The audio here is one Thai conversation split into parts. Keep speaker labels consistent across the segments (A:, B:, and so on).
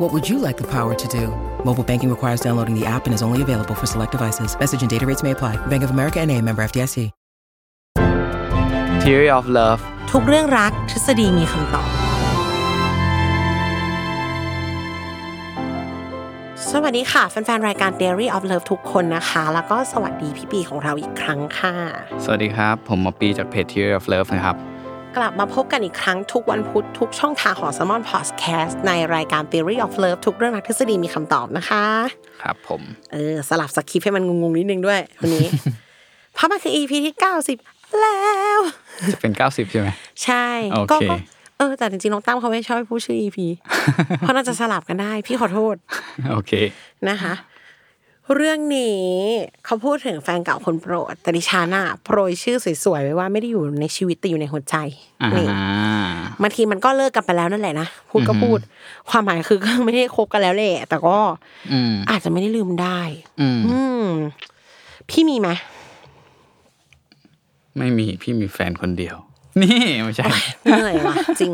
A: What would you like the power to do? Mobile banking requires downloading the app and is only available for select devices. Message and data rates may apply. Bank of America and a member FDIC.
B: Theory of Love
C: ทุกเรื่องรักทฤษฎีมีคำตอบ สวัสดีค่ะ แฟนๆ รายการ Dairy of Love ทุกคนนะคะ แล้วก็สวัสดีพี่ปีของเราอีกครั้งค่ะ
B: สวัสดีครับ ผมหมอปีจากเพจ Theory of Love นะครับ
C: กลับมาพบกันอีกครั้งทุกวันพุธทุกช่องทางของ s ซ l m o n Podcast ในรายการ Theory of Love ทุกเรื่องรักทฤษฎีมีคำตอบนะคะ
B: ครับผม
C: เออ สลับสคริปต์ให้มันงงๆ นิดนึงด้วยวันนี้ เพราะมันคือ EP ที่ 90 แล้ว
B: จะเป็น 90 ใช่ไหม
C: ใช่
B: โอเค
C: ก็ก็เออแต่จริงๆน้องตั้มเขาไม่ชอบให้พูดชื่อ EP เพราะน่าจะสลับกันได้พี่ขอโทษ
B: โอเค
C: นะคะ เรื่องนี้เขาพูดถึงแฟนเก่าคนโปรดแต่ดิฉันอะโปรยชื่อสวยๆไว้ว่าไม่ได้อยู่ในชีวิตแต่อยู่ในหัวใจ
B: อ่า
C: นี่บางทีมันก็เลิกกันไปแล้วนั่นแหละนะพูดก็พูด ความหมายคือก็ ไม่ได้คบกันแล้วแหละแต่ก็
B: อืม
C: อาจจะไม่ได้ลืมได้
B: อืม
C: อืม พี่มีไหม
B: ไม่มี พี่มีแฟนคนเดียว นี่ไม่ใช่
C: เหนื่อยว่ะ จริง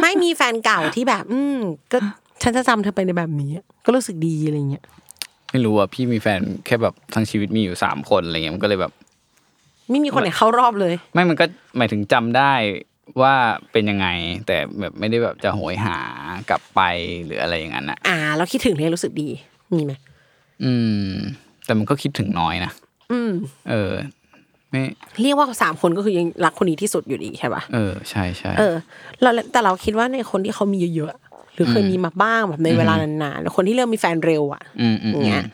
C: ไม่มีแฟนเก่าที่แบบ อืม ก็ฉันจะจำเธอไปในแบบนี้ ก็รู้สึกดีอะไรเงี้ย
B: ไม่รู้อ่ะ พี่มีแฟนแค่แบบทั้งชีวิตมีอยู่ 3 คนอะไรเงี้ย มันก็เลยแบบ
C: ไม่มีคนไหนเข้ารอบเลย
B: ไม่ มันก็หมายถึงจำได้ว่าเป็นยังไง แต่แบบไม่ได้แบบจะโหยหากลับไปหรืออะไรอย่างนั้นอ่ะ
C: อ่า แล้วคิดถึงเลยรู้สึกดี มีไหม
B: อืม แต่มันก็คิดถึงน้อยนะ
C: อืม
B: เออ ไม่
C: เรียกว่าสามคนก็คือยังรักคนนี้ที่สุดอยู่ดีใช่ปะ
B: เออ ใช่ใช่
C: เออเราแต่เราคิดว่าในคนที่เขามีเยอะๆ หรือเคยมีมาบ้างแบบในเวลานานๆหรือคนที่เริ่มมีแฟนเร็วอ่ะ
B: อืมอืมอืม
C: เงี้ย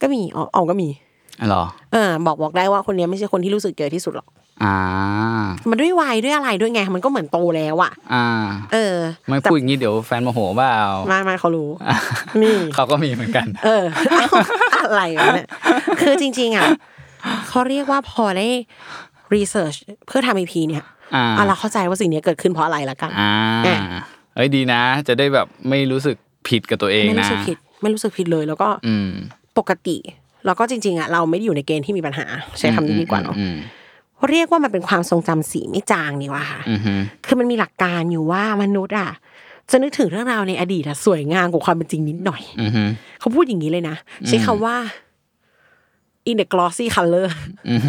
C: ก็มีอ๋ออ๋อก็มี
B: อ๋อเหรอ
C: เออ บอกบอกได้ว่าคนเนี้ยไม่ใช่คนที่รู้สึกเยอะที่สุดหรอก
B: อ่า
C: มันด้วยวัยด้วยอะไรด้วยไง มันก็เหมือนโตแล้วอ่ะ
B: อ่า
C: เออ
B: ไม่พูดอย่างนี้เดี๋ยวแฟนโมโหเปล่า
C: ไม่ไม่เขารู้ นี่
B: เขาก็มีเหมือนกัน
C: เออเอ้าอะไรวะเนี่ย คือจริง ๆ อ่ะเขาเรียกว่าพอได้รีเสิร์ชเพื่อทำอีพีเนี่ย
B: อ่า
C: ะเราเข้าใจว่าสิ่งเนี้ยเกิดขึ้นเพราะอะไรละกัน
B: อ่า
C: แอะ
B: เอ้ยดีนะ จะได้แบบไม่รู้สึกผิดกับตัวเอง
C: ไม่
B: นะ
C: รู้สึกผิด ไม่รู้สึกผิดเลย แล้วก็
B: อืม
C: ปกติ แล้วก็จริง ๆ อ่ะ เราไม่ได้อยู่ในเกณฑ์ที่มีปัญหา ใช้คำนี้ดีกว่าเนาะ
B: อืม
C: เรียกว่ามันเป็นความทรงจำสีไม่จางดีกว่าค่ะ
B: อืมอืม
C: คือมันมีหลักการอยู่ว่ามนุษย์อ่ะ จะนึกถึงเรื่องราวในอดีตอ่ะสวยงามกว่าความเป็นจริงนิดหน่อย
B: อืมอืม
C: เขาพูดอย่างนี้เลยนะใช้คำว่า in the glossy color
B: อืม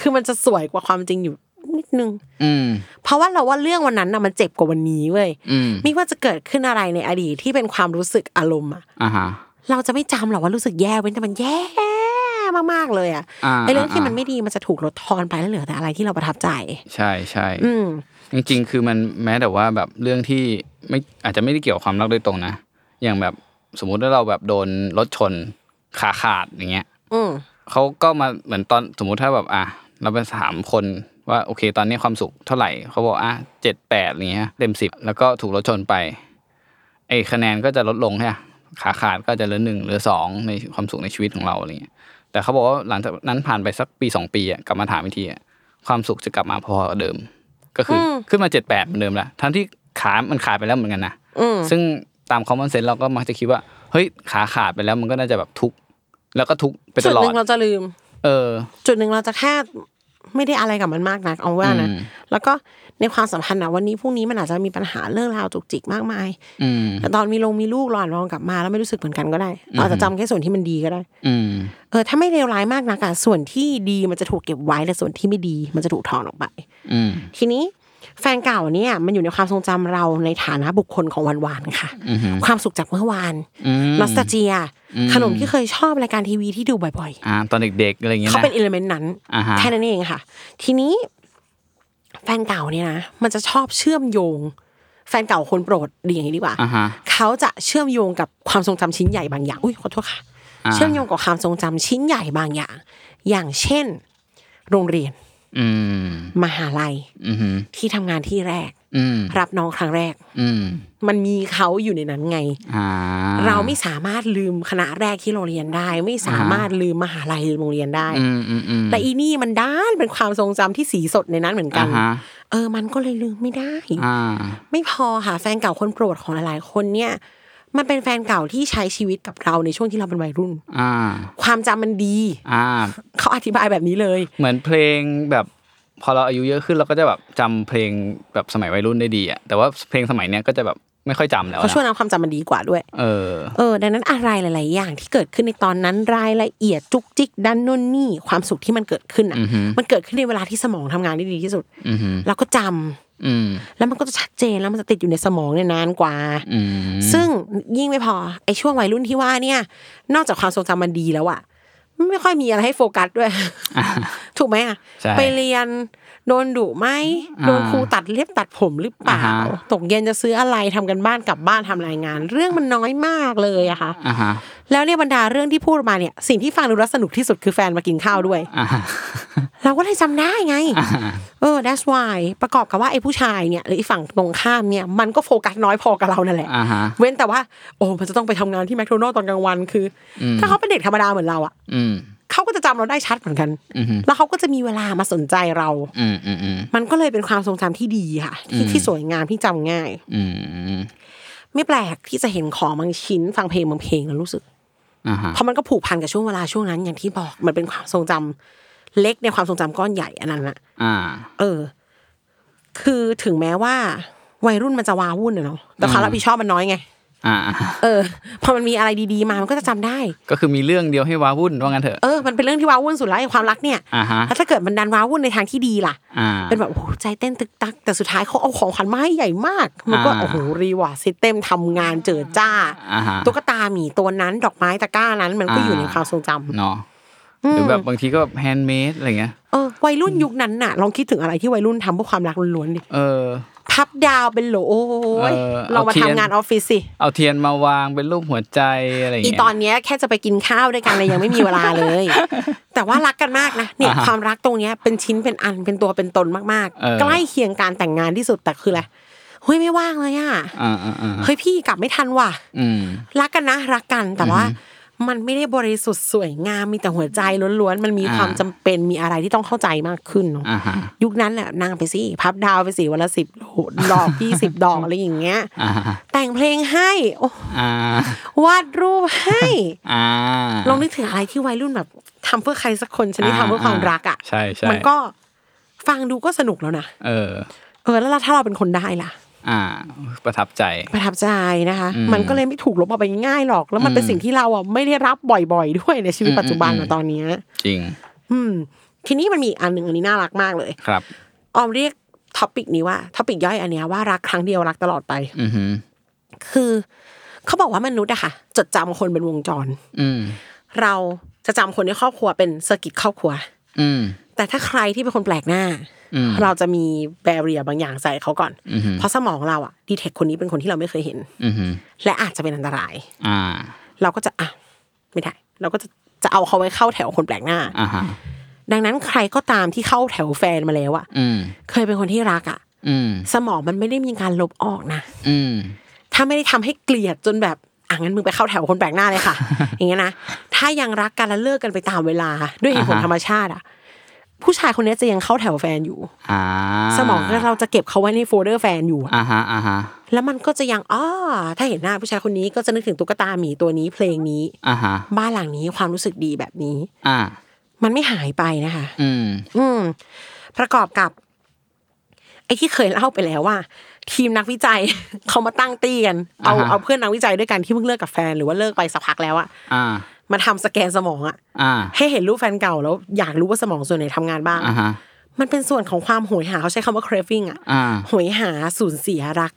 C: คือมันจะสวยกว่าความจริงอยู่นิดนึง
B: อืม
C: เพราะว่าเราว่าเรื่องวันนั้นน่ะมันเจ็บกว่าวันนี้เว้ย
B: อืม
C: ไม่ว่าจะเกิดขึ้นอะไรในอดีตที่เป็นความรู้สึกอารมณ์อะ
B: อ่าฮะ
C: เราจะไม่จำหรอกว่ารู้สึกแย่เว้นแต่มันแย่มากๆเลยอะ
B: อ่า
C: ไอเรื่องที่มันไม่ดีมันจะถูกลดทอนไปแล้วเหลือแต่อะไรที่เราประทับใจ
B: ใช่ใช่
C: อืม
B: จริง ๆ คือมันแม้แต่ว่าแบบเรื่องที่ไม่อาจจะไม่ได้เกี่ยวกับความรักโดยตรงนะ อย่างแบบสมมุติว่าเราแบบโดนรถชนขาขาดอย่างเงี้ย
C: อืม
B: เขาก็มาเหมือนตอนสมมุติถ้าแบบอ่ะเราไปถามคนว่าโอเค ตอนนี้ความสุขเท่าไหร่เขาบอกอ่ะเจ็ดแปดอย่างเงี้ยเต็มสิบแล้วก็ถูกรถชนไปไอ้คะแนนก็จะลดลงใช่ไหมขาขาดก็จะเหลือหนึ่งเหลือสองในความสุขในชีวิตของเราอะไรเงี้ยแต่เขาบอกว่าหลังจากนั้นผ่านไปสักปีสองปีอ่ะกลับมาถามอีกทีอ่ะความสุขจะกลับมาพอเดิม ก็คืออขึ้นมาเจ็ดแปดเหมือนเดิมละทั้งที่ขามันขาดไปแล้วเหมือนกันนะซึ่งตามคอมมอนเซนส์เราก็มักจะคิดว่าเฮ้ยขาขาดไปแล้วมันก็น่าจะแบบทุกข์แล้วก็ทุกข์ไป
C: จุ
B: ต
C: ด
B: ลอ
C: ห
B: ด
C: นึ่งเราจะลืม
B: เออ
C: จุดหนึ่งเราจะแค่ไม่ได้อะไรกับมันมากนักเอาว่านะ
B: อืม
C: แล้วก็ในความสัมพันธ์นะวันนี้พรุ่งนี้มันอาจจะมีปัญหาเรื่องราวจุกจิกมากมาย
B: อืม
C: แต่ตอนมีลงมีลูกเราอาจมองกลับมาแล้วไม่รู้สึกเหมือนกันก็ได้เราอาจจะจำแค่ส่วนที่มันดีก็ได้
B: อืม
C: เออถ้าไม่เลวร้ายมากนักอะส่วนที่ดีมันจะถูกเก็บไว้แต่ส่วนที่ไม่ดีมันจะถูกถอนออกไป
B: อืม
C: ทีนี้ แฟนเก่าเนี่ยมันอยู่ในความทรงจำเราในฐานะบุคคลของวันวานๆค่ะ
B: อือหือ
C: ความสุขจากเมื่อวาน
B: อืม
C: นอสตาเจีย
B: อืม
C: ขนมที่เคยชอบรายการทีวีที่ดูบ่อย
B: อ่า ตอนเด็กๆอะไรอย่าง
C: ๆ
B: เงี้ย
C: เขา
B: นะ
C: เป็นอิเลเมนต์นั้น
B: อ่าฮะ
C: แค่นั้นเองค่ะ ทีนี้แฟนเก่าเนี่ยนะมันจะชอบเชื่อมโยง แฟนเก่าคนโปรดดีอย่างนี้ดีกว่า
B: อ่าฮะ
C: เขาจะเชื่อมโยงกับความทรงจำชิ้นใหญ่บางอย่าง อุ้ยขอโทษค่ะ
B: อ่า
C: เชื่อมโยงกับความทรงจำชิ้นใหญ่บางอย่าง อย่างเช่น โรงเรียน
B: อืม
C: มหาลัย
B: อือหือ
C: ที่ทำงานที่แรก
B: อืม
C: รับน้องครั้งแรก
B: อืม
C: มันมีเขาอยู่ในนั้นไง
B: อ่า
C: เราไม่สามารถลืมคณะแรกที่เราเรียนได้ ไม่สามารถลืมมหาลัยหรือโรงเรียนได้
B: อืมอืมอืม
C: แต่อีนี่มันด้านเป็นความทรงจำที่สีสดในนั้นเหมือนกั
B: อ่าน ฮะ
C: เออ มันก็เลยลืมไม่ได้
B: อ่า
C: ไม่พอค่ะแฟนเก่าคนโปรดของหลายๆคนเนี่ย มันเป็นแฟนเก่าที่ใช้ชีวิตกับเราในช่วงที่เราเป็นวัยรุ่น
B: อ่า
C: ความจำมันดี
B: อ่า
C: เขาอธิบายแบบนี้เลย
B: เหมือนเพลงแบบพอเราอายุเยอะขึ้นเราก็จะแบบจำเพลงแบบสมัยวัยรุ่นได้ดีอ่ะแต่ว่าเพลงสมัยเนี้ยก็จะแบบไม่ค่อยจำแล้ว
C: เขาช่วย
B: นะ
C: นำความจำมันดีกว่าด้วย
B: เออ
C: เออ ดังนั้นอะไรหลาย ๆ อย่างที่เกิดขึ้นในตอนนั้นรายละเอียดจุกจิกดันนู่นนี่ความสุขที่มันเกิดขึ้นอ่ะ
B: อือฮึ
C: มันเกิดขึ้นในเวลาที่สมองทำงานได้ดีที่สุด
B: อืม
C: แล้วก็จำ
B: อืม
C: แล้วมันก็จะชัดเจนแล้วมันจะติดอยู่ในสมองเนี่ยนานกว่า
B: อืม
C: ซึ่งยิ่งไม่พอไอ้ช่วงวัยรุ่นที่ว่าเนี่ย นอกจากความทรงจำมันดีแล้วอะไม่ค่อยมีอะไรให้โฟกัสด้วย
B: อ่า
C: ถูกไหมอะ
B: ใช่
C: ไปเรียน โดนดุไหม
B: อ่า
C: โดนครูตัดเล็บตัดผมหรือเปล่า
B: อ่าฮะ
C: ตกเย็นจะซื้ออะไรทำกันบ้านกลับบ้านทำรายงาน เรื่องมันน้อยมากเลยอะค่ะ
B: อ่าฮะ
C: แล้วเนี่ยบรรดาเรื่องที่พูดมาเนี่ย สิ่งที่ฟังดูแล้วสนุกที่สุดคือแฟนมากินข้าวด้วย
B: อ่าฮะ
C: เราก็เลยจำได้ไง เออ that's why ประกอบกับว่าไอ้ผู้ชายเนี่ยหรือไอ้ฝั่งตรงข้ามเนี่ยมันก็โฟกัสน้อยพอกับเรานั่นแหละ
B: อ่าฮะ
C: เว้นแต่ว่า โอ้มันจะต้องไปทำงานที่แมคโดนัลตอนกลางวันคืออถ้าเขาเป็นเด็กธรรมดาเหมือนเราอ่ะ
B: อืม
C: เขาก็จะจำเราได้ชัดเหมือนกัน
B: อืม
C: แล้วเขาก็จะมีเวลามาสนใจเรา
B: อืมอืมอืม
C: มันก็เลยเป็นความทรงจำที่ดีค่ะ ที่ที่สวยงามที่จำง่าย
B: อืม
C: ไม่แปลกที่จะเห็นของบางชิ้นฟังเพลงบางเพลงแล้วรู้สึก
B: อ่าฮะ
C: เพราะมันก็ผูกพันกับช่วงเวลาช่วงนั้นอย่างที่บอกมันเป็นความทรงจำเล็กในความทรงจำก้อนใหญ่อันนั้นอะ
B: อ่า
C: เออ คือถึงแม้ว่า วัยรุ่นมันจะวาวุ่นอะเนาะแต่ความรับผิดชอบมันน้อยไง
B: อ่า
C: เออพอมันมีอะไรดีๆมามันก็จะจำได้
B: ก็คือมีเรื่องเดียวให้ว้าวุ่นว่างั้นเถอะ
C: เออ มันเป็นเรื่องที่ว้าวุ่นสุดแล้วไอ้ความรักเนี่ย
B: อ่าฮะ
C: แล้วถ้าเกิดมันดันว้าวุ่นในทางที่ดีล่ะ
B: อ่า
C: เป็นแบบโอ้โหใจเต้นตึกตัก แต่สุดท้ายเขาเอาของขวัญมาให้ใหญ่มาก มันก็
B: อ่า
C: โอ้โหรีวอร์ดซิสเต็มทำงานเจิดจ้า
B: อ่าฮะ
C: ตุ๊กตาหมีตัวนั้นดอกไม้ตะกร้านั้น มันก็อยู่
B: อ่า
C: ในความทรงจำ
B: เนาะหรือแบบบางทีก็แบบแฮนด์เมดอะไรเงี้ย
C: เออวัยรุ่นยุคนั้นน่ะลองคิดถึงอะไรที่วัยรุ่นทำเพื่อความรักล้วนๆดิ
B: เออ
C: พับดาวเป็นโหลโอ้ย
B: เออ
C: เรามา
B: เอาเทียน
C: ทำงานออฟฟิศสิ
B: เอาเทียนมาวางเป็นรูปหัวใจอะไรอย่าง
C: อี
B: เงี้ย
C: ตอนเนี้ยแค่จะไปกินข้าวด้วยกันเลยยังไม่มีเวลาเลย แต่ว่ารักกันมากนะเนี่ย
B: อ่าฮะ
C: ความรักตรงเนี้ยเป็นชิ้นเป็นอันเป็นตัวเป็นตนมาก
B: เออ
C: ๆ ใกล้เคียงการแต่งงานที่สุดแต่คืออะไรเฮ้ยไม่ว่างเลยอ่ะ
B: อ่าอ่าอ่า
C: เฮ้ยพี่กลับไม่ทันว่ะ
B: อืม
C: รักกันนะรักกันแต่ว่า มันไม่ได้บริสุทธิ์สวยงามมีแต่หัวใจล้วนๆ มันมี
B: อ่า
C: ความจำเป็นมีอะไรที่ต้องเข้าใจมากขึ้นเนาะ
B: อ่าฮะ
C: ยุคนั้นแหละนางไปสิพับดาวไปสิวันละสิบดอกพี่สิบดอกอะไรอย่างเงี้ย
B: อ่าฮะ
C: แต่งเพลงให้โอ้
B: อ่าว
C: าดรูปให้
B: อ่า
C: ลองนึกถึงอะไรที่วัยรุ่นแบบทำเพื่อใครสักคนชนิดทำเพื่อความรักอ่ะ
B: ใช่ใช่
C: มันก็ฟังดูก็สนุกแล้วนะ
B: เออ
C: เออแล้วถ้าเราเป็นคนได้ล่ะ
B: อ่า ประทับใจ
C: ประทับใจนะคะ มันก็เลยไม่ถูกลบออกไปง่ายหรอก แล้วมันเป็นสิ่งที่เราอ่ะไม่ได้รับบ่อยๆ ด้วยในชีวิตปัจจุบันอะตอนเนี้ย
B: จริง
C: อืม ทีนี้มันมีอีกอันหนึ่งอันนี้น่ารักมากเลย
B: ครับ
C: ออมเรียกท็อปิกนี้ว่าท็อปิกย่อยอันเนี้ยว่ารักครั้งเดียวรักตลอดไป
B: อือหือ
C: คือ เขาบอกว่ามนุษย์อะค่ะ จดจำคนเป็นวงจร
B: อืม
C: เราจะจำคนในครอบครัวเป็นเซอร์กิตครอบครัว
B: อืม
C: แต่ถ้าใครที่เป็นคนแปลกหน้า
B: อืม
C: เราจะมีแบเรียบางอย่างใส่เขาก่อน
B: อือหือ
C: เพราะสมองเราอะดีเทคคนนี้เป็นคนที่เราไม่เคยเห็น
B: อือหือ
C: และอาจจะเป็นอันตราย
B: อ่า
C: เราก็จะอ่ะไม่ได้ เราก็จะจะเอาเขาไว้เข้าแถวคนแปลกหน้า
B: อ่าฮะ
C: ดังนั้นใครก็ตามที่เข้าแถวแฟนมาแล้วอะ
B: อืม
C: เคยเป็นคนที่รักอะ
B: อืม
C: สมองมันไม่ได้มีการลบออกนะ
B: อืม
C: ถ้าไม่ได้ทำให้เกลียดจนแบบอ่ะงั้นมึงไปเข้าแถวคนแปลกหน้าเลยค่ะ อย่างเงี้ยนะถ้ายังรักกันแล้วเลิกกันไปตามเวลาด้วยเหตุผล
B: อ่าฮะ
C: ธรรมชาติอะผู้ชายคนนี้จะยังเข้าแถวแฟนอยู่
B: อ่า
C: สมองเราจะเก็บเขาไว้ในโฟลเดอร์แฟนอยู่อะ
B: อ่าฮะอ่าฮะ
C: แล้วมันก็จะยังอ้อถ้าเห็นหน้าผู้ชายคนนี้ก็จะนึกถึงตุ๊กตาหมีตัวนี้เพลงนี้
B: อ่าฮะ
C: บ้านหลังนี้ความรู้สึกดีแบบนี้
B: อ่า
C: มันไม่หายไปนะคะ
B: อืม
C: อืม ประกอบกับ ไอ้ที่เคยเล่าไปแล้วว่า ทีมนักวิจัย เขามาตั้งตีกัน เอา
B: อ่าฮะ
C: เอาเพื่อนนักวิจัยด้วยกันที่เพิ่งเลิกกับแฟนหรือว่าเลิกไปสักพักแล้วอะ
B: อ่า
C: มาทำสแกนสมองอะ
B: อ่า
C: ให้เห็นรูปแฟนเก่าแล้ว อยากรู้ว่าสมองส่วนไหนทำงานบ้าง
B: อ่าฮะ
C: มันเป็นส่วนของความโหยหาเขาใช้คำว่า craving อะ
B: อ่า
C: โหยหาสูญเสียรัก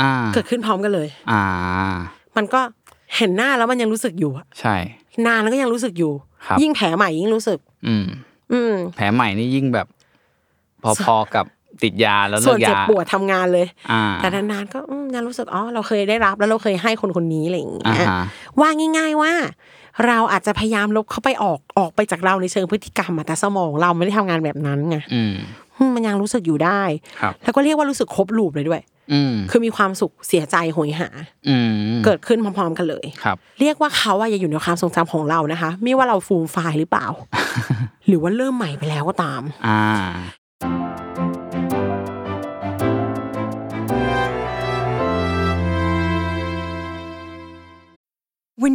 B: อ่า
C: เกิดขึ้นพร้อมกันเลย
B: อ่า
C: มันก็เห็นหน้าแล้วมันยังรู้สึกอยู่อะ
B: ใช่
C: นานแล้วก็ยังรู้สึกอยู่
B: ครับ
C: ยิ่งแผลใหม่ยิ่งรู้สึก
B: อืม
C: อืม
B: แผลใหม่นี่ยิ่งแบบ พอๆกับติดยาแล้ว
C: ส่
B: เลิ
C: วน
B: ก
C: เจ็บ
B: ยา
C: ปวดทำงานเลย
B: อ่า
C: แต่นานๆก็อืมยังรู้สึกอ๋อเราเคยได้รับแล้วเราเคยให้คนคนนี้อะไรอย่างเงี้
B: อ่าย ฮะ
C: ว่าง่าย ๆว่า เราอาจจะพยายามลบเขาไปออกออกไปจากเราในเชิงพฤติกรรมอะแต่สมองเราไม่ได้ทำงานแบบนั้นไง
B: อืม
C: อืมมันยังรู้สึกอยู่ได้
B: ครับ
C: แล้วก็เรียกว่ารู้สึกครบลูปเลยด้วย
B: อืม
C: คือมีความสุขเสียใจโหยหา
B: อืม
C: เกิดขึ้นพร้อมๆกันเลย
B: ครับ
C: เรียกว่าเขาอะยังอยู่ในความทรงจำของเรานะคะ ไม่ว่าเราฟูมไฟายหรือเป ล่า หรือว่าเริ่มใหม่ไปแล้วก็ตาม
B: อ่า
D: When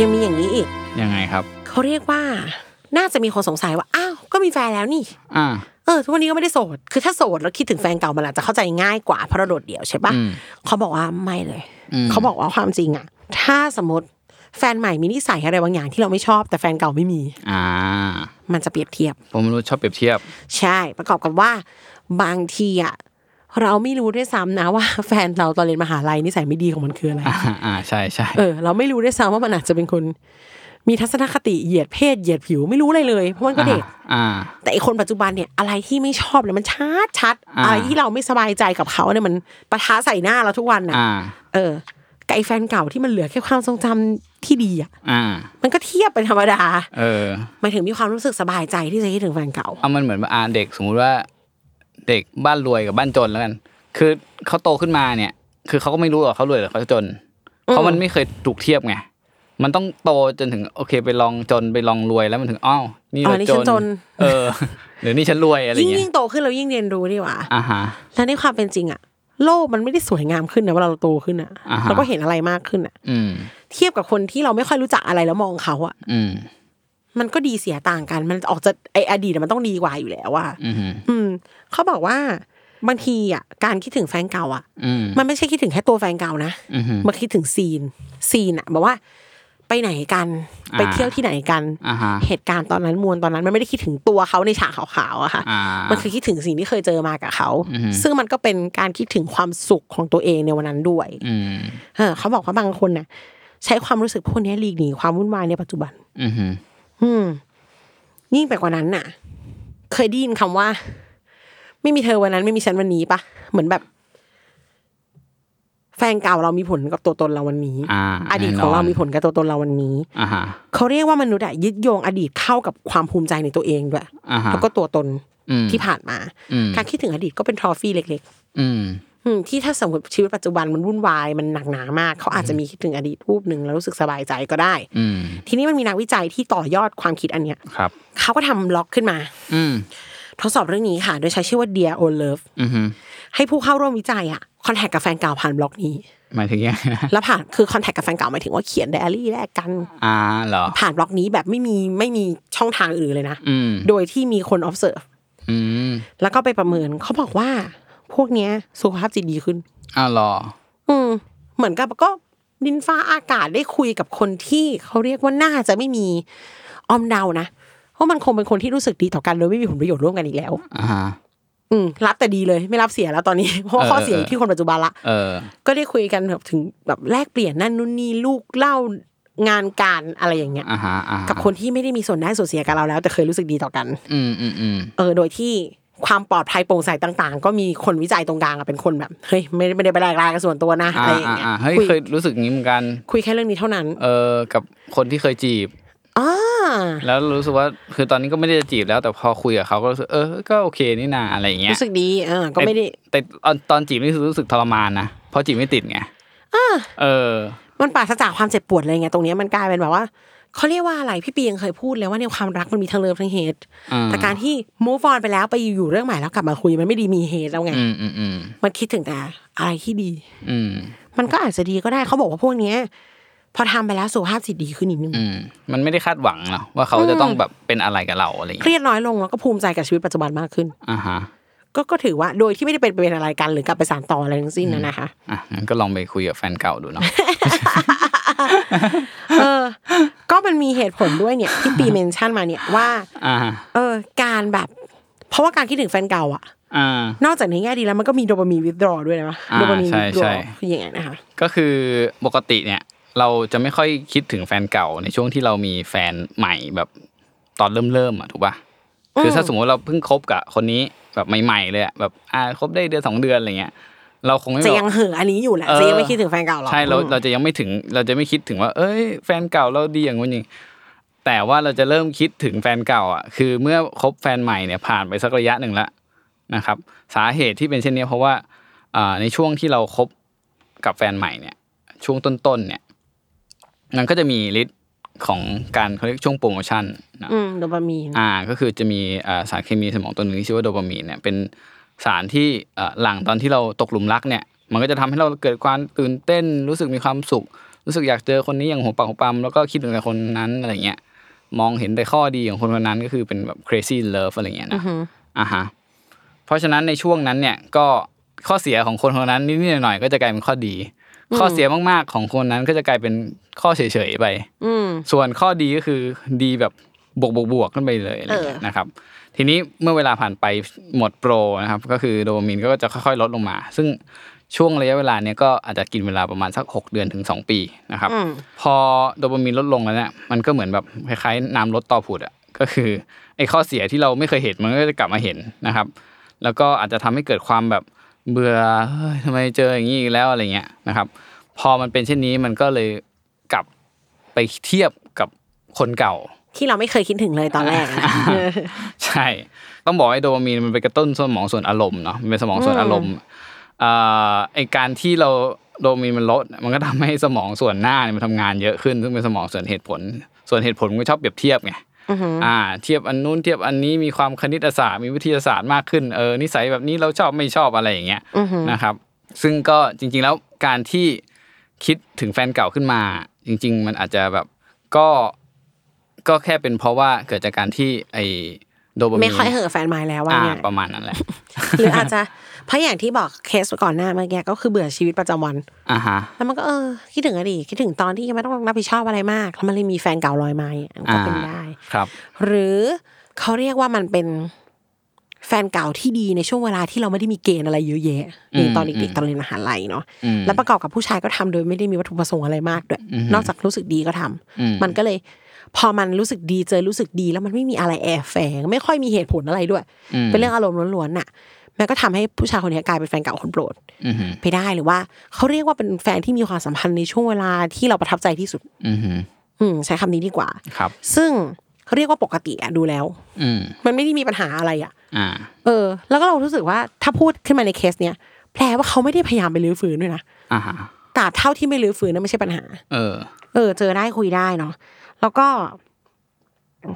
C: ยังมีอย่างนี้อีก
B: ยังไงครับ
C: เขาเรียกว่า น่าจะมีคนสงสัยว่าอ้าวก็มีแฟนแล้วนี่
B: อ่า
C: เออทุกวันนี้ก็ไม่ได้โสด คือถ้าโสดแล้วคิดถึงแฟนเก่ามันอาจจะเข้าใจง่ายกว่าเพราะเราโดดเดี่ยวใช่ปะ
B: อืม
C: เขาบอกว่าไม่เลย
B: อืม
C: เขาบอกว่าความจริงอะถ้าสมมติแฟนใหม่มีนิสัยอะไรบางอย่างที่เราไม่ชอบ แต่แฟนเก่าไม่มี
B: อ่า
C: มันจะเปรียบเทียบ
B: ผมรู้ชอบเปรียบเทียบ
C: ใช่ ประกอบกับว่า บางทีอะเราไม่รู้ด้วยซ้ำนะว่า แฟนเราตอนเรียนมหาลัยนิสัยไม่ดีของมันคืออะไร
B: อ่าอ่าใช่ใช่
C: เออ เราไม่รู้ด้วยซ้ำว่ามันอาจจะเป็นคน มีทัศนคติเหยียดเพศเหยียดผิวไม่รู้เลยเลยเพราะมันก็เด็ก
B: อ่า
C: แต่ไอคนปัจจุบันเนี่ยอะไรที่ไม่ชอบเนี่ยมันชัดชัดๆ
B: อ่า
C: อะไรที่เราไม่สบายใจกับเขาเนี่ยมันปะทะใส่หน้าเราทุกวันนะ
B: อ่า
C: เออกับไอแฟนเก่าที่มันเหลือแค่ความทรงจำที่ดีอ่ะ
B: อ่า
C: มันก็เทียบเป็นธรรมดา
B: เออ
C: หมายถึงมีความรู้สึกสบายใจที่จะคิดถึงแฟนเก่า
B: เอามันเหมือนว่าอ่าเด็กสมมุติว่า เด็กบ้านรวยกับบ้านจนแล้วกัน คือเขาโตขึ้นมาเนี่ย คือเขาก็ไม่รู้หรอกเขารวยหรือเขาจน เพราะมันไม่เคยถูกเทียบไง มันต้องโตจนถึงโอเค ไปลองจนไปลองรวยแล้วมันถึงอ้าวนี่
C: อ๋อ
B: เรา
C: นี่
B: จ
C: ฉัน
B: น
C: จน
B: เออ หรือนี่ฉันรวยอะไร
C: ยิ่ง
B: เงี้
C: ยิ่
B: ย
C: งโตขึ้นเรายิ่งเรียนรู้ดีกว่า
B: อ่าฮะ
C: และในความเป็นจริงอ่ะ โลกมันไม่ได้สวยงามขึ้นนะเวลาเราโตขึ้นอ่ะ
B: อ่าฮะ
C: เราก็เห็นอะไรมากขึ้นอ่ะ
B: อืม
C: เทียบกับคนที่เราไม่ค่อยรู้จักอะไรแล้วมองเขาอ่ะ
B: อืม
C: มันก็ดีเสียต่างกัน มันออกจะไออดีตอะมันต้องดีกว่าอยู่แล้วอ่ะ
B: อืม
C: อืมเขาบอกว่าบางทีอ่ะการคิดถึงแฟนเก่าอ่ะ
B: อืม
C: มันไม่ใช่คิดถึงแค่ตัวแฟนเก่านะ
B: อืม
C: มันคิดถึงซีน ซีนอ่ะแบบว่า ไปไหนกัน
B: อ่า
C: ไปเที่ยวที่ไหนกัน
B: อ่าฮะ
C: เหตุการณ์ตอนนั้นมวลตอนนั้นมันไม่ได้คิดถึงตัวเขาในฉากขาวๆอะค่ะ
B: อ่ามั
C: มันคือคิดถึงสิ่งที่เคยเจอมากับเขา ซึ่งมันก็เป็นการคิดถึงความสุขของตัวเองในวันนั้นด้วย
B: อืม
C: เออเขาบอกว่าบางคนน่ะ ใช้ความรู้สึกพวกนี้หลีกหนีความวุ่นวายในปัจจุบัน
B: อืมฮึ
C: อืมยิ่งไปกว่านั้นน่ะ เคยได้ยินคำว่า ไม่มีเธอวันนั้นไม่มีฉันวันนี้ปะเหมือนแบบ แฟนเก่าเรามีผลกับตัวตนเราวันนี้
B: อ่า
C: ดีต
B: แน่นน
C: ของเรามีผลกับตัวตนเราวันนี้
B: อ่าฮะ
C: เขาเรียกว่ามนุษย์อะยึดโยงอดีตเข้ากับความภูมิใจในตัวเองด้วย
B: อ่าฮะ
C: แล้วก็ตัวตน
B: อืม
C: ที่ผ่านมา
B: อืม
C: การคิดถึงอดีตก็เป็นทรอฟี่เล็ก
B: อืม
C: ๆ อืมที่ถ้าสมมติชีวิตปัจจุบันมันวุ่นวายมันหนักหนามาก เขาอาจจะมีคิดถึงอดีตรูปหนึ่งแล้วรู้สึกสบายใจก็ได้
B: อืม
C: ทีนี้มันมีนักวิจัยที่ต่อยอดความคิดอันเนี้ย
B: ครับ
C: เขาก็ทำบล็อกขึ้นมา
B: อืม
C: ทดสอบเรื่องนี้ค่ะ โดยใช้ชื่อว่า Dear Old Love
B: อืมฮึ
C: ให้ผู้เข้าร่วมวิจัยอะคอนแทคกับแฟนเก่าผ่านบล็อกนี้
B: หมายถึงยังไง นะ
C: แล้วผ่านคือคอนแทคกับแฟนเก่าหมายถึงว่าเขียนไดอารี่แลกกัน
B: อ่าเหรอ
C: ผ่านบล็อกนี้แบบไม่มีไม่มีช่องทางอื่นเลยนะ
B: อืม
C: โดยที่มีคน observe
B: อืม
C: แล้วก็ไปประเมินเขาบอกว่า พวกเนี้ยสุขภาพจิตดีขึ้น
B: อ้าวเหรอ
C: อืมเหมือนกับก็ดินฟ้าอากาศได้คุยกับคนที่เขาเรียกว่าน่าจะไม่มีออมเดานะเพราะมันคงเป็นคนที่รู้สึกดีต่อกันโดยไม่มีผลประโยชน์ร่วมกันอีกแล้ว
B: อ่าฮะ
C: อืมรับแต่ดีเลยไม่รับเสียแล้วตอนนี้ เพราะว่า
B: เออ
C: ข้อเสีย
B: เอออ
C: ยู่ที่คนปัจจุบันละ
B: เออ
C: ก็ได้คุยกันแบบถึงแบบแลกเปลี่ยนนั่นนู่นนี่ลูกเล่างานการอะไรอย่างเงี้ย
B: อ่าฮะ อ่าฮะ
C: กับคนที่ไม่ได้มีส่วนได้ส่วนเสียกับเราแล้ว แต่เคยรู้สึกดีต่อกัน
B: อืมอืมอืม
C: เออ โดยที่ความปลอดภัยโปร่งใสต่าง ๆ ก็มีคนวิจัยตรงกลางอะเป็นคนแบบเฮ้ยไม่ได้ไม่ได้ไปแลกลายกับส่วนตัวนะ
B: อ่า
C: อะไรอย่า
B: อ่า
C: งเงี้ย
B: อ่าเฮ้ย
C: คุย
B: เคยรู้สึกงี้เหมือนกัน
C: คุยแค่เรื่องนี้เท่านั้น
B: เออ กับคนที่เคยจีบ
C: อ่า
B: แล้วรู้สึกว่า คือตอนนี้ก็ไม่ได้จะจีบแล้ว แต่พอคุยกับเขาก็รู้สึก เออ ก็โอเคนี่นาอะไรอย่างเงี้ย
C: รู้สึกดีเออก็ไม่ได้
B: แต่แต่ตอนตอนจีบนี่คือรู้สึกทรมานนะ เพราะจีบไม่ติดไงเออ
C: มันปราศจากความเจ็บปวดเลยไงตรงเนี้ยมันกลายเป็นแบบว่าเขาเรียกว่าอะไรพี่ปียังเคยพูดเลยว่าในความรักมันมีทั้งเลิฟทั้งเฮด
B: อ่า
C: แต่การที่ move on ไปแล้วไปอยู่ๆเรื่องใหม่แล้วกลับมาคุยมันไม่ดีมีเฮดแล้วไง
B: อืมอืมอืม
C: มันคิดถึงแต่อะไรที่ดี
B: อืม
C: มันก็อาจจะดีก็ได้เขาบอกว่าพวกเนี้ยพอทำไปแล้วสุขภาพจิตดีขึ้นนิดนึง
B: อืมมันไม่ได้คาดหวังหรอกว่าเขาจะต้องแบบเป็นอะไรกับเราอะไรอย่าง
C: เครี
B: เงี้ย
C: ยดน้อยลงแล้วก็ภูมิใจกับชีวิตปัจจุบันมากขึ้น
B: อ่าฮะ
C: ก็ก็ถือว่าโดยที่ไม่ได้เป็นเป็นอะไรกันหรือกลับไปสานต่ออะไรทั้งสิ้นนะนะคะ
B: อ่ะงั้นก็ลองไปคุยกับแฟนเก่าดูเนาะ
C: เออ ก็มันมีเหตุผลด้วยเนี่ยที่ปีเมนชั่นมาเนี่ยว่า
B: อ่า
C: เออการแบบ เพราะว่าการคิดถึงแฟนเก่าอะ
B: อ่า
C: นอกจากในแง่ดีแล้วมันก็มีโดปามีนวิดรอด้วยนะ
B: อ่า
C: โดปามีน
B: ใช่
C: วิดรอ
B: ใช่
C: คืออย่างไงนะคะ
B: ก็คือปกติเนี่ย เราจะไม่ค่อยคิดถึงแฟนเก่าในช่วงที่เรามีแฟนใหม่แบบตอนเริ่มเริ่มๆอ่ะถูกปะคือถ้าสมมติเราเพิ่งคบกับคนนี้แบบใหม่ๆเลยอ่ะแบบอ่าคบได้เดือนสองเดือนอะไรเงี้ยเราคงไม่
C: จะ
B: แบบ
C: ยังเหอะอันนี้อยู่แหละ
B: เออ
C: จะยังไม่คิดถึงแฟนเก่าหรอก
B: ใช่เราเราจะยังไม่ถึงเราจะไม่คิดถึงว่า เอ้ย แฟนเก่าเราดีอย่างงู้นอย่างนี้แต่ว่าเราจะเริ่มคิดถึงแฟนเก่าอ่ะคือเมื่อคบแฟนใหม่เนี่ยผ่านไปสักระยะหนึ่งแล้วนะครับ สาเหตุที่เป็นเช่นนี้เพราะว่าอ่าในช่วงที่เราคบกับแฟนใหม่เนี่ย ช่วงต้นๆเนี่ยมันก็จะมีฤทธิ์ของการเขาเรียกช่วงโปรโมชั่นนะ
C: อืมโดปามีน
B: อ่าก็คือจะมีอ่าสารเคมีสมองตัวหนึ่งที่ชื่อว่าโดปามีนเนี่ยเป็นสารที่เอ่อหลังตอนที่เราตกหลุมรักเนี่ย มันก็จะทำให้เราเกิดความตื่นเต้นรู้สึกมีความสุข รู้สึกอยากเจอคนนี้อย่างหัวปากหัวปามแล้วก็คิดถึงแต่คนนั้นอะไรเงี้ยมองเห็นแต่ข้อดีของคนคนนั้นก็คือเป็นแบบ crazy love อะไรเงี้ยนะอ่าฮะเพราะฉะนั้นในช่วงนั้นเนี่ยก็ข้อเสียของคนคนนั้นนิดๆหน่อยๆก็จะกลายเป็นข้อดี ข้อเสียมากๆของคนนั้นก็จะกลายเป็นข้อเฉยๆไป
C: อืม
B: ส่วนข้อดีก็คือดีแบบบวกบวกบวกขึ้นไปเลยอะไรเงี้ยนะครับ ทีนี้เมื่อเวลาผ่านไปหมดโปรนะครับ ก็คือโดปามีนก็จะค่อยๆ ลดลงมา ซึ่งช่วงระยะเวลาเนี้ยก็อาจจะกินเวลาประมาณสัก 6 เดือนถึง 2 ปีนะครับ พอโดปามีนลดลงแล้วเนี่ยมันก็เหมือนแบบคล้ายๆน้ำลดต่อผุดอ่ะก็คือไอ้ข้อเสียที่เราไม่เคยเห็นมันก็จะกลับมาเห็นนะครับ แล้วก็อาจจะทำให้เกิดความแบบเบื่อเฮ้ยทำไมเจออย่างนี้อีกแล้วอะไรเงี้ยนะครับ พอมันเป็นเช่นนี้มันก็เลยกลับไปเทียบกับคนเก่า
C: ที่เราไม่เคยคิดถึงเลยตอนแรกอะ
B: ใช่ ต้องบอกไอ้โดปามีนมันไปกระตุ้นสมองส่วนอารมณ์เนาะมันเป็นสมองส่วนอารมณ์อ่าไอการที่เราโดปามีนมันลด มันก็ทำให้สมองส่วนหน้าเนี่ยมันทำงานเยอะขึ้น ซึ่งเป็นสมองส่วนเหตุผล ส่วนเหตุผลมันก็ชอบเปรียบเทียบไงอ่า เทียบอันนู้นเทียบอันนี้มีความคณิตศาสตร์มีวิทยาศาสตร์มากขึ้นเออนิสัยแบบนี้เราชอบไม่ชอบอะไรอย่างเงี้ยนะครับ ซึ่งก็จริง ๆแล้วการที่คิดถึงแฟนเก่าขึ้นมา จริง ๆ มันอาจจะแบบก็ ก็แค่เป็นเพราะว่าเกิดจากการที่ไอโดปามีน
C: ไม่ค่อยเหอะแฟนใหม่แล้วว่า
B: อ่า
C: เนี่ย
B: ประมาณนั้นแหละ
C: หรืออาจจะเพราะอย่างที่บอกเคสก่อนหน้าเมื่อกี้ก็คือเบื่อชีวิตประจำวัน
B: อ่าฮะ
C: แล้วมันก็เออคิดถึงอดีตคิดถึงตอนที่ยังไม่ต้องรับผิดชอบอะไรมากแล้วมันเลยมีแฟนเก่าลอยมาอย่างเงี้ยมันก็เป็นได้
B: ครับ
C: หรือเขาเรียกว่ามันเป็นแฟนเก่าที่ดีในช่วงเวลาที่เราไม่ได้มีเกณฑ์อะไรเยอะแยะ
B: อืม
C: ในตอน
B: อื
C: เด็ก
B: ม
C: ๆตอนเรียนมหาลัยเนาะ
B: อืม
C: แล้วประกอบกับผู้ชายก็ทำโดยไม่ได้มีวัตถุประสงค์อะไรมากด้วย นอกจากรู้สึกดีก็ทำ
B: อืม
C: มันก็เลย พอมันรู้สึกดีเจอรู้สึกดีแล้วมันไม่มีอะไรแอบแฝงไม่ค่อยมีเหตุผลอะไรด้วย
B: ม
C: เป็นเรื่องอารมณ์ล้วนๆน่ะ มันก็ทำให้ผู้ชายคนนี้กลายเป็นแฟนเก่าคนโปรด
B: อืมฮึ
C: ไปได้หรือว่าเขาเรียกว่าเป็นแฟนที่มีความสัมพันธ์ในช่วงเวลาที่เราประทับใจที่สุด
B: อืมฮึ
C: อืมใช้คำนี้ดีกว่า
B: ครับ
C: ซึ่งเขาเรียกว่าปกติอะดูแล้ว
B: อืม
C: มันไม่ได้มีปัญหาอะไรอะ
B: อ่า
C: เออ แล้วก็เรารู้สึกว่าถ้าพูดขึ้นมาในเคสเนี้ยแปลว่าเขาไม่ได้พยายามไปรื้อฟื้นด้วยนะ
B: อ่าฮะ
C: ตราบเท่าที่ไม่รื้อฟื้นนั่นไม่ใช่ปัญหา
B: เออ
C: เออ เจอได้คุยได้เนาะแล้วก็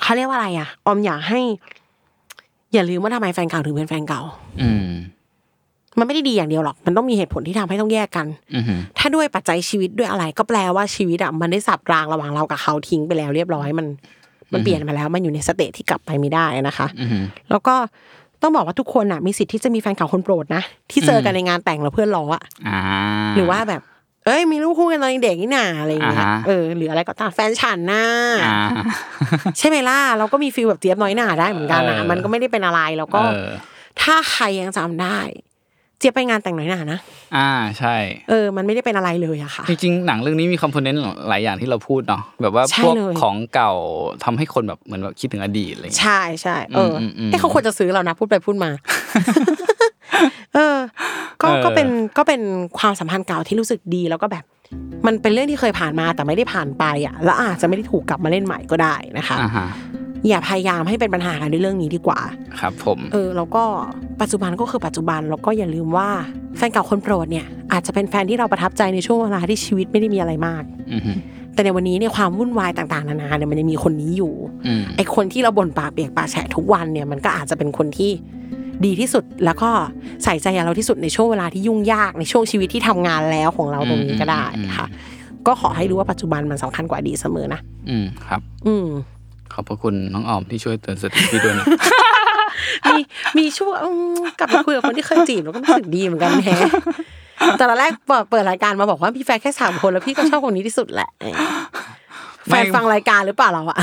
C: เขาเรียกว่าอะไรอะออมอยากให้ อย่าลืมว่าทำไมแฟนเก่าถึงเป็นแฟนเก่า
B: อืม
C: มันไม่ได้ดีอย่างเดียวหรอก มันต้องมีเหตุผลที่ทำให้ต้องแยกกัน
B: อืมฮึ
C: ถ้าด้วยปัจจัยชีวิตด้วยอะไร ก็แปลว่าชีวิตอ่ะมันได้สับรางระหว่างเรากับเขาทิ้งไปแล้วเรียบร้อยมัน มันเปลี่ยนมาแล้ว มันอยู่ในสเตทที่กลับไปไม่ได้นะคะ
B: อืมฮึ
C: แล้วก็ต้องบอกว่าทุกคนอ่ะมีสิทธิ์ที่จะมีแฟนเก่าคนโปรดนะที่เจอกันในงานแต่งแล้วเพื่อนล้ออ่ะ
B: อ่า
C: หรือว่าแบบ เอ้ยมีลูกคู่กันตอนเด็กนี่นาอะไรอย่างเงี้ย
B: อ่าฮะ
C: เออหรืออะไรก็ตามแฟนฉันน่ะ
B: อ่า
C: ใช่ไหมล่ะเราก็มีฟีลแบบเจี๊ยบน้อยหน่าได้เหมือนกันนะ
B: เออ
C: มันก็ไม่ได้เป็นอะไรแล้วก็
B: เออ
C: ถ้าใครยังจำได้ เจี๊ยบไปงานแต่งน้อยหน่านะ
B: อ่าใช่
C: เออ มันไม่ได้เป็นอะไรเลยอะค่ะ
B: จริงๆหนังเรื่องนี้มีคอมโพเนนต์หลายอย่างที่เราพูดเนาะแบบว่า
C: ใช่
B: พวก
C: เลย
B: ของเก่าทำให้คนแบบเหมือนแบบคิดถึงอดีตอะไรอย่างเงี้ย
C: ใช่ใช่เอออ
B: มอืมอืม
C: เอ้เขาควรจะซื้อเรานะพูดไปพูดมา เออ ก็
B: เออ
C: ก็เป็นก็เป็นความสัมพันธ์เก่าที่รู้สึกดีแล้วก็แบบ มันเป็นเรื่องที่เคยผ่านมาแต่ไม่ได้ผ่านไปอ่ะ แล้วอาจจะไม่ได้ถูกกลับมาเล่นใหม่ก็ได้นะคะ
B: อ่าฮะ
C: อย่าพยายามให้เป็นปัญหากันในเรื่องนี้ดีกว่า
B: ครับผม
C: เออ แล้วก็ปัจจุบันก็คือปัจจุบันแล้วก็อย่าลืมว่าแฟนเก่าคนโปรดเนี่ย อาจจะเป็นแฟนที่เราประทับใจในช่วงเวลาที่ชีวิตไม่ได้มีอะไรมาก
B: อืมฮึ
C: แต่ในวันนี้เนี่ยความวุ่นวายต่างๆนานาเนี่ยมันยังมีคนนี้อยู่
B: อืม
C: ไอคนที่เราบ่นปากเปียกปากแฉะทุกวันเนี่ยมันก็อาจจะเป็นคนที่ดีที่สุดแล้วก็ใส่ใจเราที่สุดในช่วงเวลาที่ยุ่งยากในช่วงชีวิตที่ทำงานแล้วของเราตรงนี้ก็ได้ค่ะ ก็ขอให้รู้ว่าปัจจุบันมันสำคัญกว่าอดีตเสมอนะ
B: อืมครับ
C: อืม
B: ขอบพระคุณน้องออมที่ช่วยเตือนสติพี่ด้วย นะ
C: มีมีช่วงอืมกลับไปคุยกับคนที่เคยจีบแล้วก็รู้สึกดีเหมือนกันแฮะแต่ละแรกเปิดเปิดรายการมาบอกว่าพี่แฟนแค่สามคนแล้วพี่ก็ชอบคนนี้ที่สุดแหละ แฟ
B: ไม่
C: นฟังรายการหรือเปล่า เราอะ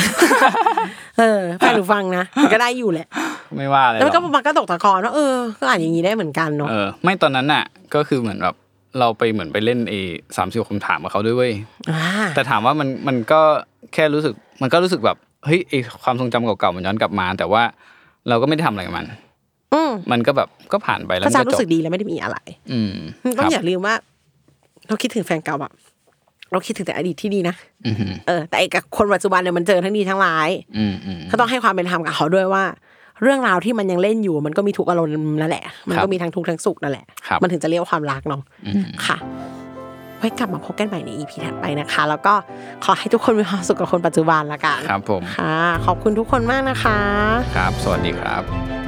C: เออแฟนหนูฟังนะมันก็ได้อยู่แหละ
B: ไม่ว่าอะไรหร
C: แล้วมันก็
B: อก
C: มันก็ตกตะกอนว่าเออ ก็อ่านอย่างนี้ได้เหมือนกันเนาะ
B: เออไม่ตอนนั้นน่ะ ก็คือเหมือนแบบเราไปเหมือนไปเล่นเอสามสิบคำถามกับเขาด้วยเว้ย
C: อ่า
B: แต่ถามว่ามันมันก็แค่รู้สึกมันก็รู้สึกแบบเฮ้ยไอความทรงจำเก่าๆมันย้อนกลับมา แต่ว่าเราก็ไม่ได้ทำอะไรกับมัน
C: อืม
B: มันก็แบบก็ผ่านไปแล้ว
C: ก็
B: มัน
C: จะ
B: ก็จ
C: รู้สึ
B: บ
C: กดีแล้วไม่ได้มีอะไร
B: อืม
C: ต้อ
B: ค
C: ง
B: รับ
C: อย่าลืมว่า เราคิดถึงแฟนเก่าอะเราคิดถึงแต่อดีตที่ดีนะ
B: อืมฮึ
C: เออ แต่ไอ้กับคนปัจจุบันเนี่ยมันเจอทั้งดีทั้งร้าย
B: อืมอืม
C: ก็ต้องให้ความเป็นธรรมกับเขาด้วยว่า เรื่องราวที่มันยังเล่นอยู่ มันก็มีทุกอารมณ์นั่นแหละ มัน
B: ครั
C: ก็
B: บ
C: มีทั้งทุกข์ทั้งสุขนั่นแหละ
B: ครับ
C: มันถึงจะเรียกว่าความรักเนาะ
B: อืม
C: ค่ะ ไว้กลับมาพบกันใหม่ในอีพีถัดไปนะคะ แล้วก็ขอให้ทุกคนมีความสุขกับคนปัจจุบันละกัน
B: ครับผม
C: ค่ะ ขอบคุณทุกคนมากนะคะ
B: ครับ สวัสดีครับ